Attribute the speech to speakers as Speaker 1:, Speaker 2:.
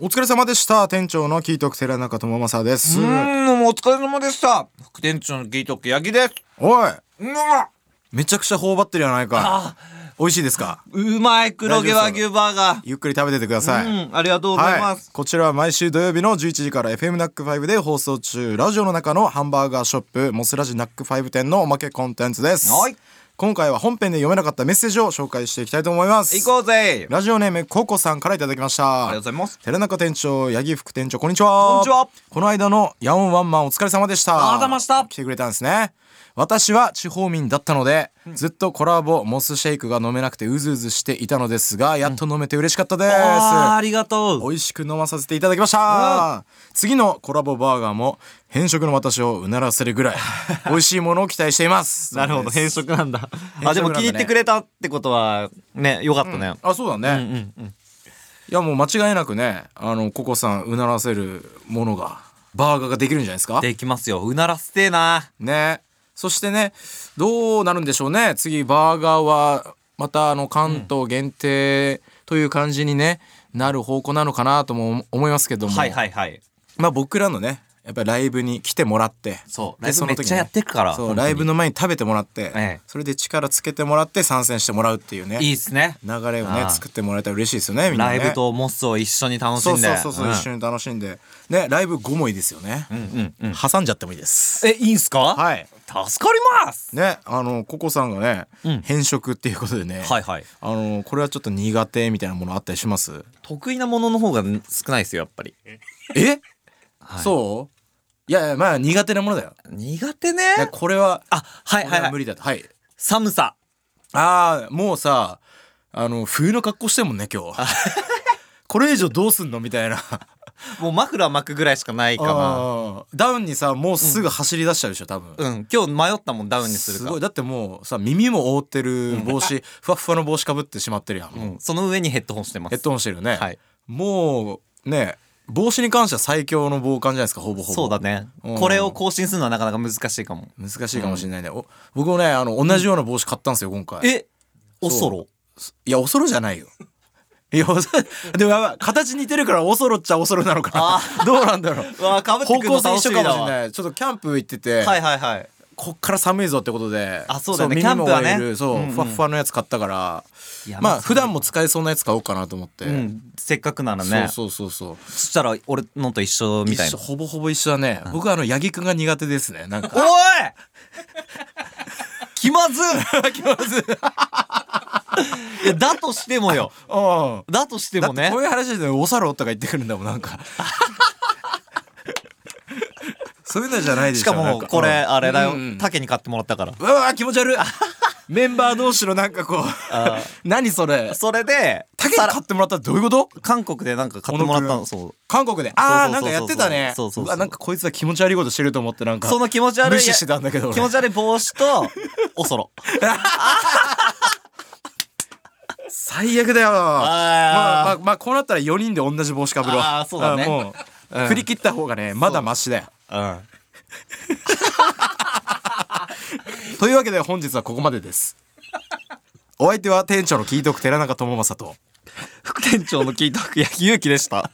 Speaker 1: お疲れ様でした店長のキートクセラ中智正です
Speaker 2: うーん、お疲れ様でした。副店長のギートック、ヤギです。
Speaker 1: おいう
Speaker 2: わ
Speaker 1: めちゃくちゃ頬張ってるやないか
Speaker 2: あ
Speaker 1: 美味しいですか
Speaker 2: うまい黒毛和牛バーガ
Speaker 1: ゆっくり食べててください、
Speaker 2: ー。うん、ありがとうございま
Speaker 1: はい
Speaker 2: す。、
Speaker 1: こちらは毎週土曜日の11時から FM ナック5で放送中ラジオの中のハンバーガーショップモスラジナック5店のおまけコンテンツです、
Speaker 2: はい
Speaker 1: 今回は本編で読めなかったメッセージを紹介していきたいと思います
Speaker 2: 行こうぜ。
Speaker 1: ラジオネームココさんからいただきました
Speaker 2: ありがとうございます。
Speaker 1: 寺中店長八木副店長こんにちは
Speaker 2: こんにちは
Speaker 1: この間のヤオンワンマンお疲れ様でした
Speaker 2: ありがとうございました
Speaker 1: 来てくれたんですね私は地方民だったので、ずっとコラボモスシェイクが飲めなくてうずうずしていたのですがやっと飲めて嬉しかったです、
Speaker 2: あーありがとう。
Speaker 1: 美味しく飲まさせていただきました次のコラボバーガーも変色の私をうならせるぐ らい美味しいものを期待しています
Speaker 2: なるほど、変色なんだ。あ、でも
Speaker 1: 変色なんだね
Speaker 2: 聞いてくれたってことは、ね、よかったね。
Speaker 1: あそうだね、いやもう間違いなくねあのココさんうならせるものがバーガーができるんじゃないですか
Speaker 2: できますよ。うならせてえな。
Speaker 1: ねそしてねどうなるんでしょうね次バーガーはまたあの関東限定という感じにね、なる方向なのかなとも思いますけども、
Speaker 2: はいはいはい。
Speaker 1: まあ僕らのねやっぱりライブに来てもらって
Speaker 2: そう
Speaker 1: で
Speaker 2: ライブ
Speaker 1: その時に
Speaker 2: めっちゃやってるから
Speaker 1: そう
Speaker 2: 本当に
Speaker 1: ライブの前に食べてもらって、
Speaker 2: ええ
Speaker 1: それで力つけてもらって参戦してもらうっていうね
Speaker 2: いいっすね。
Speaker 1: 流れをね
Speaker 2: ああ
Speaker 1: 作ってもらえたら嬉しいですよねみんな
Speaker 2: ラ
Speaker 1: ね
Speaker 2: イブとモスを一緒に楽し
Speaker 1: そ
Speaker 2: ん
Speaker 1: う
Speaker 2: で。
Speaker 1: そうそうそう、
Speaker 2: ん
Speaker 1: 一緒に楽しんでねライブ5もいいですよね、
Speaker 2: うんうんうん。
Speaker 1: 挟んじゃってもいいです
Speaker 2: え、いいんすか
Speaker 1: はい
Speaker 2: 助かります
Speaker 1: ねあのココさんがね、変色っていうことでね、
Speaker 2: はいはい。
Speaker 1: あのこれはちょっと苦手みたいなものあったりします
Speaker 2: 得意なものの方が少ないですよ、やっぱり。
Speaker 1: え、
Speaker 2: はい
Speaker 1: そういやいやまあ苦手なものだよ
Speaker 2: 苦手
Speaker 1: ね
Speaker 2: ね。
Speaker 1: これは
Speaker 2: あ、はい
Speaker 1: こ
Speaker 2: は
Speaker 1: れ
Speaker 2: いは
Speaker 1: はい無。理だとはい
Speaker 2: 寒さ。
Speaker 1: ああもうさあの冬の格好してんもんね今日これ以上どうすんのみ たいな
Speaker 2: もうマフラー巻くぐらいしかないか
Speaker 1: あーダウンにさもうすぐ走り出しちゃうでしょ多分、
Speaker 2: な。うん。今日迷ったもんダウンに
Speaker 1: す
Speaker 2: するか
Speaker 1: ごい。だってもうさ耳も覆ってる帽 子、ふわっふわの帽子かぶってしまってるやん、もう
Speaker 2: うん。その上にヘッドホンしてま
Speaker 1: ヘッ
Speaker 2: す。
Speaker 1: ドホンしてるよね、
Speaker 2: はい
Speaker 1: もうね帽子に関しては最強の防寒じゃないですかほぼほぼ
Speaker 2: そうだね。
Speaker 1: うん
Speaker 2: これを更新するのはなかなか難しいかも。
Speaker 1: 難しいかもしれないね、お僕もねあの同じような帽子買ったんですよ今回
Speaker 2: えおそろ
Speaker 1: いやおそろじゃないよいやおそろ でもやばい形似てるからおそろっちゃおそろなのかなどうなんだろう
Speaker 2: う わー、かぶって
Speaker 1: 方
Speaker 2: くるの
Speaker 1: 向性
Speaker 2: 楽
Speaker 1: 一
Speaker 2: し
Speaker 1: 緒
Speaker 2: み
Speaker 1: かも
Speaker 2: だ
Speaker 1: しれ
Speaker 2: わ。は
Speaker 1: ないちょっとキャンプ行ってて、
Speaker 2: いはいはい。
Speaker 1: こっから寒いぞってことであ
Speaker 2: あそうだねキャンプはね
Speaker 1: そう、
Speaker 2: うんうん
Speaker 1: ふわっふわのやつ買ったから
Speaker 2: いや
Speaker 1: ま
Speaker 2: ま
Speaker 1: あ
Speaker 2: あ
Speaker 1: 普段も使えそうなやつ買おうかなと思って、
Speaker 2: うん。せっかくなら
Speaker 1: そう
Speaker 2: ね。
Speaker 1: そうそうそう
Speaker 2: そしたら俺のと一緒みたい
Speaker 1: 一緒
Speaker 2: な。
Speaker 1: ほぼほぼ一緒だね、僕はあの八木くんが苦手ですねなんか
Speaker 2: おい気まず い気まずいや。だとしてもよ。
Speaker 1: うん
Speaker 2: だとして
Speaker 1: だ
Speaker 2: も
Speaker 1: って
Speaker 2: ね
Speaker 1: こう。いう話でおさろとか言ってくるんだもんなん かそういうのじゃないでしょ
Speaker 2: しか
Speaker 1: なん
Speaker 2: もこれ
Speaker 1: うん
Speaker 2: あれだ
Speaker 1: う
Speaker 2: よ
Speaker 1: んうん
Speaker 2: 竹に買ってもらったから
Speaker 1: うわー気持ち 悪いメンバー同士のなんかこう
Speaker 2: あ
Speaker 1: 何それ
Speaker 2: それで
Speaker 1: タケに買ってもらったらどういうこと
Speaker 2: 韓国でなんか買ってもらった
Speaker 1: 小野
Speaker 2: のそう
Speaker 1: 韓国でああな
Speaker 2: そ
Speaker 1: ん
Speaker 2: うそ
Speaker 1: かや
Speaker 2: うそうそう
Speaker 1: ってたね
Speaker 2: そうそうそう
Speaker 1: わなんかこいつは気持ち悪いことしてると思ってなんか
Speaker 2: その気持ち悪い
Speaker 1: 無視してたんだけど俺
Speaker 2: 気持ち悪い帽子とお そろ
Speaker 1: 最悪だよまあまあ
Speaker 2: あ
Speaker 1: まあこうなったら4人で同じ帽子かぶろう
Speaker 2: あーそうだね
Speaker 1: あーもう、振り切った方がねまだマシだよ
Speaker 2: あ
Speaker 1: というわけで本日はここまでですお相手は店長のキートク寺中智正と
Speaker 2: 副店長の聞いた焼き勇気でした